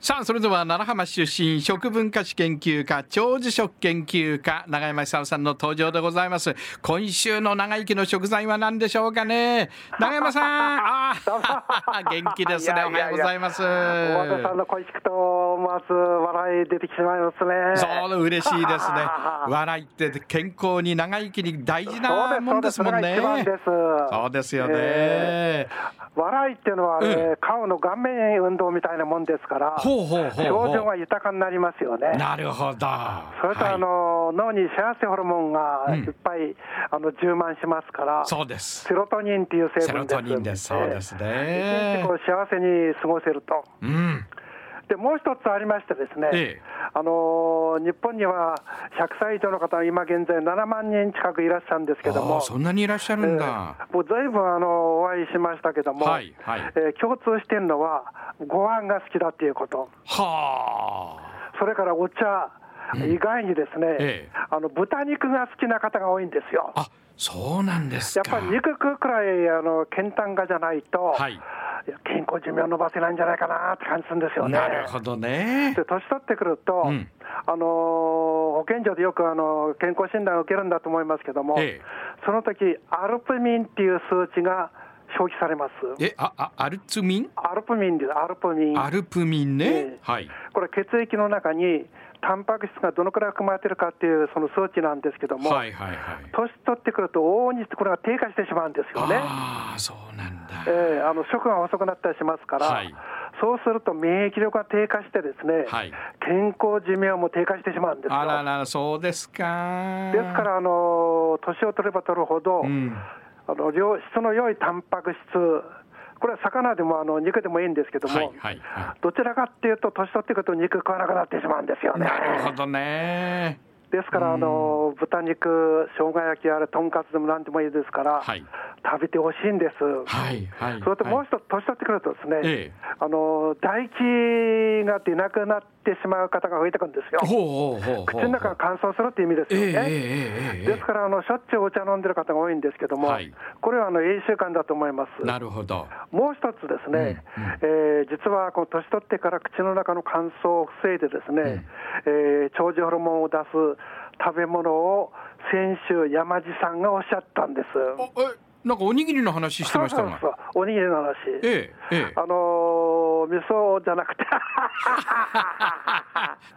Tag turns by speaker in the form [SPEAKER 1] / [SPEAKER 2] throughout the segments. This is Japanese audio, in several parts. [SPEAKER 1] さあそれでは奈良浜出身食文化史研究家長寿食研究家永山久夫さんの登場でございます今週の長生きの食材は何でしょうか ね永山さんああ元気ですね
[SPEAKER 2] いやいやいや
[SPEAKER 1] おはようございます
[SPEAKER 2] 大和田さんの恋しくと思わず笑い出てきてしまいますね。
[SPEAKER 1] そう嬉しいです ね笑いって健康に長生きに大事なもんですもんね
[SPEAKER 2] そうです
[SPEAKER 1] そうですよね、
[SPEAKER 2] え笑いっていうのはね、顔の顔面運動みたいなもんですから、
[SPEAKER 1] ほうほうほうほう
[SPEAKER 2] 表情が豊かになりますよね。
[SPEAKER 1] なるほど
[SPEAKER 2] それとあ
[SPEAKER 1] はい
[SPEAKER 2] の、脳に幸せホルモンが
[SPEAKER 1] うん
[SPEAKER 2] いっぱい、あの充満しますから、
[SPEAKER 1] そうです
[SPEAKER 2] セロトニンっていう成分です。
[SPEAKER 1] セロトニンですそうですね
[SPEAKER 2] ええ一日こう幸せに過ごせると。
[SPEAKER 1] うん
[SPEAKER 2] でもう一つありましてですね、
[SPEAKER 1] ええ
[SPEAKER 2] あのー日本には100歳以上の方が今現在7万人近くいらっしゃるんですけど
[SPEAKER 1] ああ
[SPEAKER 2] も、
[SPEAKER 1] そんなにいらっしゃるんだ、
[SPEAKER 2] もうずいぶんあのお会いしましたけども、
[SPEAKER 1] はいはい
[SPEAKER 2] えー共通してるのはご飯が好きだっていうこと、
[SPEAKER 1] はあ
[SPEAKER 2] それからお茶、意外にですね、
[SPEAKER 1] ええ
[SPEAKER 2] あの豚肉が好きな方が多いんですよ。
[SPEAKER 1] あそうなんです
[SPEAKER 2] やっ
[SPEAKER 1] か。
[SPEAKER 2] ぱり肉食うくらいあの健単化じゃないと、
[SPEAKER 1] はい
[SPEAKER 2] や健康寿命を伸ばせないんじゃないかなって感じするんですよね。
[SPEAKER 1] なるほどね
[SPEAKER 2] で。年取ってくると、
[SPEAKER 1] うん
[SPEAKER 2] あのー保健所でよく、あのー健康診断を受けるんだと思いますけども、
[SPEAKER 1] ええ
[SPEAKER 2] その時アルプミンっていう数値が消費されます。
[SPEAKER 1] え、あ、あ、アルツミン。
[SPEAKER 2] アルプミンです、アルプミン。
[SPEAKER 1] アルプミンね
[SPEAKER 2] ええ。
[SPEAKER 1] はい。
[SPEAKER 2] これ、血液の中にタンパク質がどのくらい含まれてるかっていうその数値なんですけども、
[SPEAKER 1] はいはいはい。
[SPEAKER 2] 年取ってくると、往々にしてこれが低下してしまうんですよね。
[SPEAKER 1] ああ、そうなんだ。
[SPEAKER 2] ええあの食が細くなったりしますから、
[SPEAKER 1] はい
[SPEAKER 2] そうすると免疫力が低下して、ですね、
[SPEAKER 1] はい
[SPEAKER 2] 健康寿命も低下してしまうんですよ。
[SPEAKER 1] あらら、そうですか。
[SPEAKER 2] ですか。ら、あの年を取れば取るほど、
[SPEAKER 1] うん。
[SPEAKER 2] あの良質の良いタンパク質、これは魚でもあの肉でもいいんですけども、
[SPEAKER 1] はいはいは
[SPEAKER 2] どちらかっていうと、年取ってくると肉食わなくなってしまうんですよ
[SPEAKER 1] い。
[SPEAKER 2] ね。
[SPEAKER 1] なるほどね。
[SPEAKER 2] ですから、あの豚肉、生姜焼きあれ、とんかつでもなんでもいいですから、
[SPEAKER 1] はい
[SPEAKER 2] 食べてほしいんです。
[SPEAKER 1] はいはい。
[SPEAKER 2] それともう
[SPEAKER 1] はい
[SPEAKER 2] 一つ、年取ってくるとですね、
[SPEAKER 1] ええ
[SPEAKER 2] あの唾液が出なくなってしまう方が増えてくるんですよ。
[SPEAKER 1] ほうほうほうほう。
[SPEAKER 2] 口の中が乾燥するっていう意味です
[SPEAKER 1] ええ
[SPEAKER 2] よ
[SPEAKER 1] え
[SPEAKER 2] ね。
[SPEAKER 1] えええ
[SPEAKER 2] ですからあのしょっちゅうお茶飲んでる方が多いんですけども、
[SPEAKER 1] はい
[SPEAKER 2] これはあの栄習慣だと思います。
[SPEAKER 1] ええ。なるほど。
[SPEAKER 2] もう一つですね、えー実はこの年取ってから口の中の乾燥を防いでですね、えー長寿ホルモンを出す食べ物を先週山地さんがおっしゃったんです。
[SPEAKER 1] お、え、なんかおにぎりの話して
[SPEAKER 2] そ
[SPEAKER 1] ま
[SPEAKER 2] う
[SPEAKER 1] し
[SPEAKER 2] そ
[SPEAKER 1] た
[SPEAKER 2] う
[SPEAKER 1] が
[SPEAKER 2] そ。う、おにぎりの話。
[SPEAKER 1] ええええ。
[SPEAKER 2] あのー味噌じゃなくて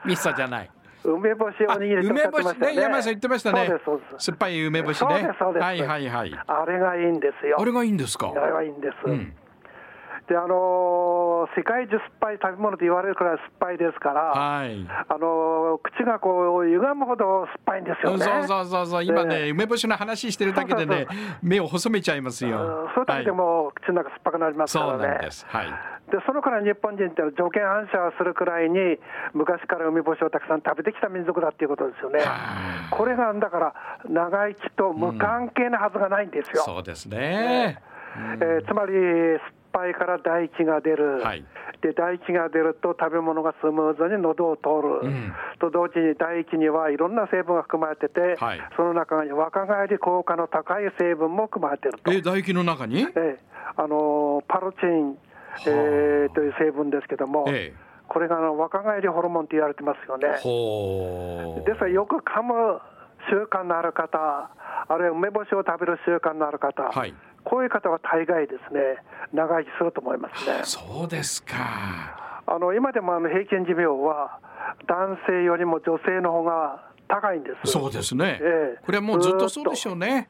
[SPEAKER 1] ミスターじゃない。
[SPEAKER 2] 梅干しおにぎりっておっし
[SPEAKER 1] 梅
[SPEAKER 2] ゃって
[SPEAKER 1] 干
[SPEAKER 2] ま
[SPEAKER 1] し
[SPEAKER 2] したよ
[SPEAKER 1] ね、
[SPEAKER 2] ね。
[SPEAKER 1] 山井さん言ってましたね
[SPEAKER 2] そうですそうで。す。
[SPEAKER 1] 酸っぱい梅干し
[SPEAKER 2] そうで
[SPEAKER 1] ね
[SPEAKER 2] すそうで。す
[SPEAKER 1] はいはいはい。
[SPEAKER 2] あれがいいんですよ。
[SPEAKER 1] あれがいいんですか。
[SPEAKER 2] あれはいいんです。
[SPEAKER 1] うん。
[SPEAKER 2] で、あのー世界中酸っぱい食べ物と言われるくらい酸っぱいですから、
[SPEAKER 1] はい。
[SPEAKER 2] あのー口がこう歪むほど酸っぱいんです
[SPEAKER 1] そ
[SPEAKER 2] よ
[SPEAKER 1] う
[SPEAKER 2] ね。
[SPEAKER 1] そうそうそう、今ね、梅干しの話してるだけでね
[SPEAKER 2] そうそう、
[SPEAKER 1] 目を細めちゃいますよ
[SPEAKER 2] うん。それだけで
[SPEAKER 1] はい。
[SPEAKER 2] も口の中酸っぱくなりますか
[SPEAKER 1] そう
[SPEAKER 2] らね。
[SPEAKER 1] なんです。はい。
[SPEAKER 2] でそのから日本人ってのは条件反射するくらいに昔から梅干しをたくさん食べてきた民族だっていうことですよね。
[SPEAKER 1] は
[SPEAKER 2] これがだから長生きと無関係なはずがないんですよ。
[SPEAKER 1] そうですね。
[SPEAKER 2] えーつまり酸っぱいから唾液が出る、
[SPEAKER 1] はい
[SPEAKER 2] で唾液が出ると食べ物がスムーズに喉を通る、
[SPEAKER 1] ん
[SPEAKER 2] と同時に唾液にはいろんな成分が含まれてて、
[SPEAKER 1] はい
[SPEAKER 2] その中に若返り効果の高い成分も含まれてると、
[SPEAKER 1] え、唾液の中に。
[SPEAKER 2] ええあのーパロチン、えーという成分ですけども、
[SPEAKER 1] ええ
[SPEAKER 2] これがあの若返りホルモンと言われてますよね。
[SPEAKER 1] ほう。
[SPEAKER 2] ですからよく噛む習慣のある方、あるいは梅干しを食べる習慣のある方、
[SPEAKER 1] はい
[SPEAKER 2] こういう方は大概ですね、長生きすると思いますね。
[SPEAKER 1] そうですか。
[SPEAKER 2] あの今でもあの平均寿命は、男性よりも女性の方が高いんです。
[SPEAKER 1] そうですね
[SPEAKER 2] ええ。
[SPEAKER 1] これはもうずっとそうでしょうね。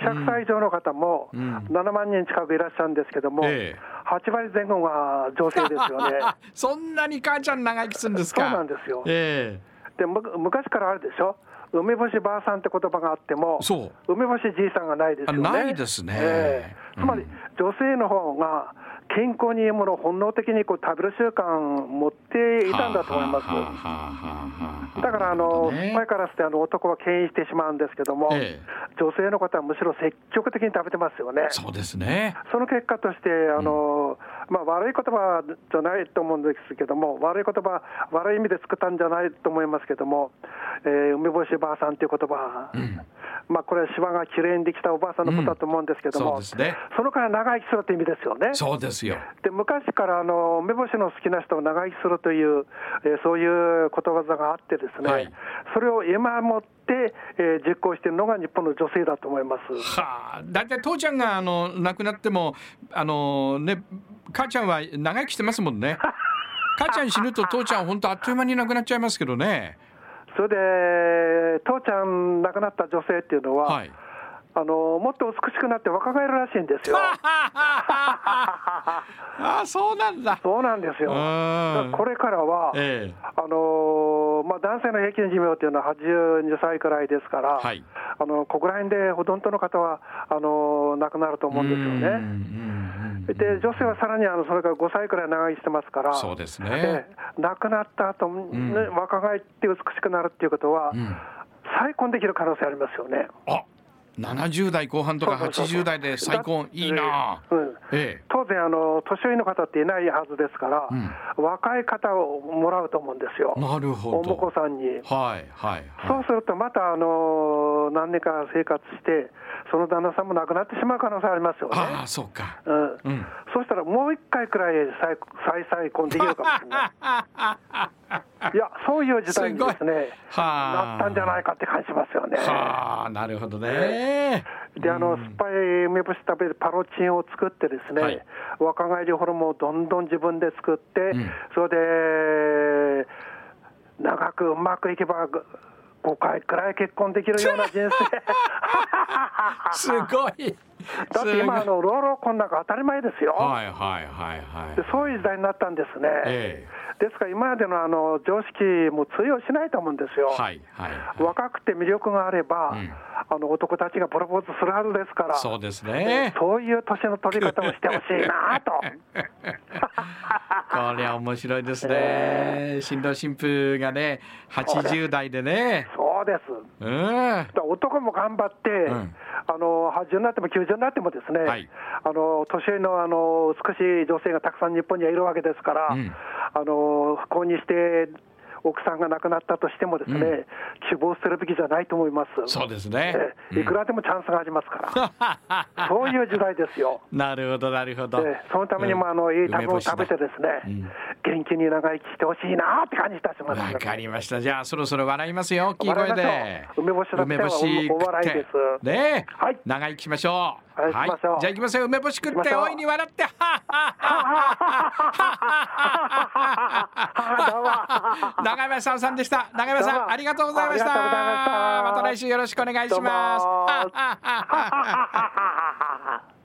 [SPEAKER 2] 100歳以上の方も7万人近くいらっしゃるんですけども、
[SPEAKER 1] ええ
[SPEAKER 2] 8割前後が女性です よね。
[SPEAKER 1] そんなに母ちゃん長生きするんですか。
[SPEAKER 2] そうなんですよ
[SPEAKER 1] え
[SPEAKER 2] でむ昔からあるでしょ、梅干しばあさんって言葉があっても、
[SPEAKER 1] そう
[SPEAKER 2] 梅干しじいさんがないですよね。
[SPEAKER 1] あないですね
[SPEAKER 2] ええつまり、女性の方が健康にいいものを本能的にこう食べる習慣を持って
[SPEAKER 1] え。
[SPEAKER 2] いたんだと思います。
[SPEAKER 1] はあはあはあはあ
[SPEAKER 2] だからあの、
[SPEAKER 1] なるほどね
[SPEAKER 2] 前からしてあの男は牽引してしまうんですけども、
[SPEAKER 1] ええ
[SPEAKER 2] 女性の方はむしろ積極的に食べてますよね。
[SPEAKER 1] そうですね。
[SPEAKER 2] その結果として、あのまあ、悪い言葉じゃないと思うんですけども、悪い言葉悪い意味で作ったんじゃないと思いますけども、えー梅干しばあさんという言葉、まあ、これは芝がきれいにできたおばあさんのことだと思うんですけども、
[SPEAKER 1] うんそうですね
[SPEAKER 2] そのから長生きするって意味ですよね。
[SPEAKER 1] そうですよ。
[SPEAKER 2] で昔からあの目星の好きな人を長生きするという、えーそういうことわざがあってですね、
[SPEAKER 1] はい
[SPEAKER 2] それを今もって、えー実行しているのが日本の女性だと思います。
[SPEAKER 1] はあ、だいたい父ちゃんがあの亡くなってもあのね母ちゃんは長生きしてますもん ね。母ちゃん死ぬと父ちゃん本当あっという間に亡くなっちゃいますけどね。
[SPEAKER 2] それで父ちゃん亡くなった女性っていうのは、
[SPEAKER 1] はい。
[SPEAKER 2] あのもっと美しくなって若返るらしいんですよ。
[SPEAKER 1] ああそうなんだ。
[SPEAKER 2] そうなんですよ。
[SPEAKER 1] う
[SPEAKER 2] だか
[SPEAKER 1] ん
[SPEAKER 2] らこれからは、
[SPEAKER 1] ええ
[SPEAKER 2] あのーまあ、男性の平均寿命というのは82歳くらいですから、
[SPEAKER 1] はい
[SPEAKER 2] あのここら辺でほとんどの方はあのー亡くなると思うんですよ
[SPEAKER 1] うんうんうん
[SPEAKER 2] ね。で女性はさらにあのそれから5歳くらい長生きしてますから、
[SPEAKER 1] そうですね
[SPEAKER 2] ええ亡くなった後、
[SPEAKER 1] ん
[SPEAKER 2] ね若返って美しくなるっていうことは、
[SPEAKER 1] ん
[SPEAKER 2] 再婚できる可能性ありますよね。
[SPEAKER 1] あ、70代後半とか
[SPEAKER 2] そうそうそうそう
[SPEAKER 1] 80代で再婚いいな。
[SPEAKER 2] うん
[SPEAKER 1] ええ。
[SPEAKER 2] 当然あの、年寄りの方っていないはずですから、若い方をもらうと思うんですよ、
[SPEAKER 1] なるほ
[SPEAKER 2] お婿
[SPEAKER 1] ど。
[SPEAKER 2] さんに。
[SPEAKER 1] はいはい
[SPEAKER 2] そう
[SPEAKER 1] は
[SPEAKER 2] すると、またあの何年か生活して、その旦那さんも亡くなってしまう可能性ありますよ
[SPEAKER 1] い。あ
[SPEAKER 2] ね。
[SPEAKER 1] あそうか。
[SPEAKER 2] うん
[SPEAKER 1] うん。
[SPEAKER 2] そうしたらもう一回くらい再再再婚できるかもし れない。いや、そういう時代にです
[SPEAKER 1] すごい
[SPEAKER 2] ね、
[SPEAKER 1] は
[SPEAKER 2] なったんじゃないかって感じしますよね。
[SPEAKER 1] はあ、なるほどね。
[SPEAKER 2] で、あの、酸っぱい梅干し食べるパロチンを作ってですね、
[SPEAKER 1] はい
[SPEAKER 2] 若返りホルモンをどんどん自分で作って、それで、長くうまくいけば、5回くらい結婚できるような人生。
[SPEAKER 1] すごい。
[SPEAKER 2] だって今、あ
[SPEAKER 1] すごい
[SPEAKER 2] の、老老婚なんか当たり前ですよ。
[SPEAKER 1] はいはいはいはい。
[SPEAKER 2] でそういう時代になったんですね。
[SPEAKER 1] え
[SPEAKER 2] ですから今までのあの常識も通用しないと思うんですよ。
[SPEAKER 1] はいはいはい。
[SPEAKER 2] 若くて魅力があれば、あの男たちがプロポーズするはずですから。
[SPEAKER 1] そうですね。
[SPEAKER 2] そういう年の取り方をしてほしいな と。
[SPEAKER 1] これは面白いです
[SPEAKER 2] え
[SPEAKER 1] ね。新郎新婦がね、80代でね。
[SPEAKER 2] そうです。
[SPEAKER 1] うん。
[SPEAKER 2] だから男も頑張って、
[SPEAKER 1] ん
[SPEAKER 2] あの80になっても90になってもですね、
[SPEAKER 1] はい
[SPEAKER 2] あの年寄りのあの美しい女性がたくさん日本にはいるわけですから、
[SPEAKER 1] ん
[SPEAKER 2] あの不幸にして奥さんが亡くなったとしてもですね、希望するべきじゃないと思います。
[SPEAKER 1] そうですね。
[SPEAKER 2] ええいくらでもチャンスがありますから、 そういう時代ですよ。
[SPEAKER 1] なるほどなるほど
[SPEAKER 2] ええ。そのためにも、あのいい食べ
[SPEAKER 1] 梅
[SPEAKER 2] 物
[SPEAKER 1] 干
[SPEAKER 2] を
[SPEAKER 1] しだ
[SPEAKER 2] 食べてですね、元気に長生きしてほしいなって感じいたします、
[SPEAKER 1] わかりました。じゃあそろそろ笑いますよ。大きい声で。
[SPEAKER 2] 笑いましょう梅干しだって
[SPEAKER 1] 梅干
[SPEAKER 2] お笑いです
[SPEAKER 1] 食ってねえ
[SPEAKER 2] はい
[SPEAKER 1] 長生きしましょう。
[SPEAKER 2] はいしましょう
[SPEAKER 1] じゃあ行きますよ。梅干し食
[SPEAKER 2] 行
[SPEAKER 1] っ
[SPEAKER 2] きま
[SPEAKER 1] て
[SPEAKER 2] しょう
[SPEAKER 1] 大いに笑 って。はっはっはっは長山さんさんでした。長山
[SPEAKER 2] ど
[SPEAKER 1] さ
[SPEAKER 2] うんも
[SPEAKER 1] ありがとうございました。
[SPEAKER 2] ありがとうございました
[SPEAKER 1] また来週よろしくお願いします。
[SPEAKER 2] どう
[SPEAKER 1] は
[SPEAKER 2] も
[SPEAKER 1] っはっはっは
[SPEAKER 2] ははははは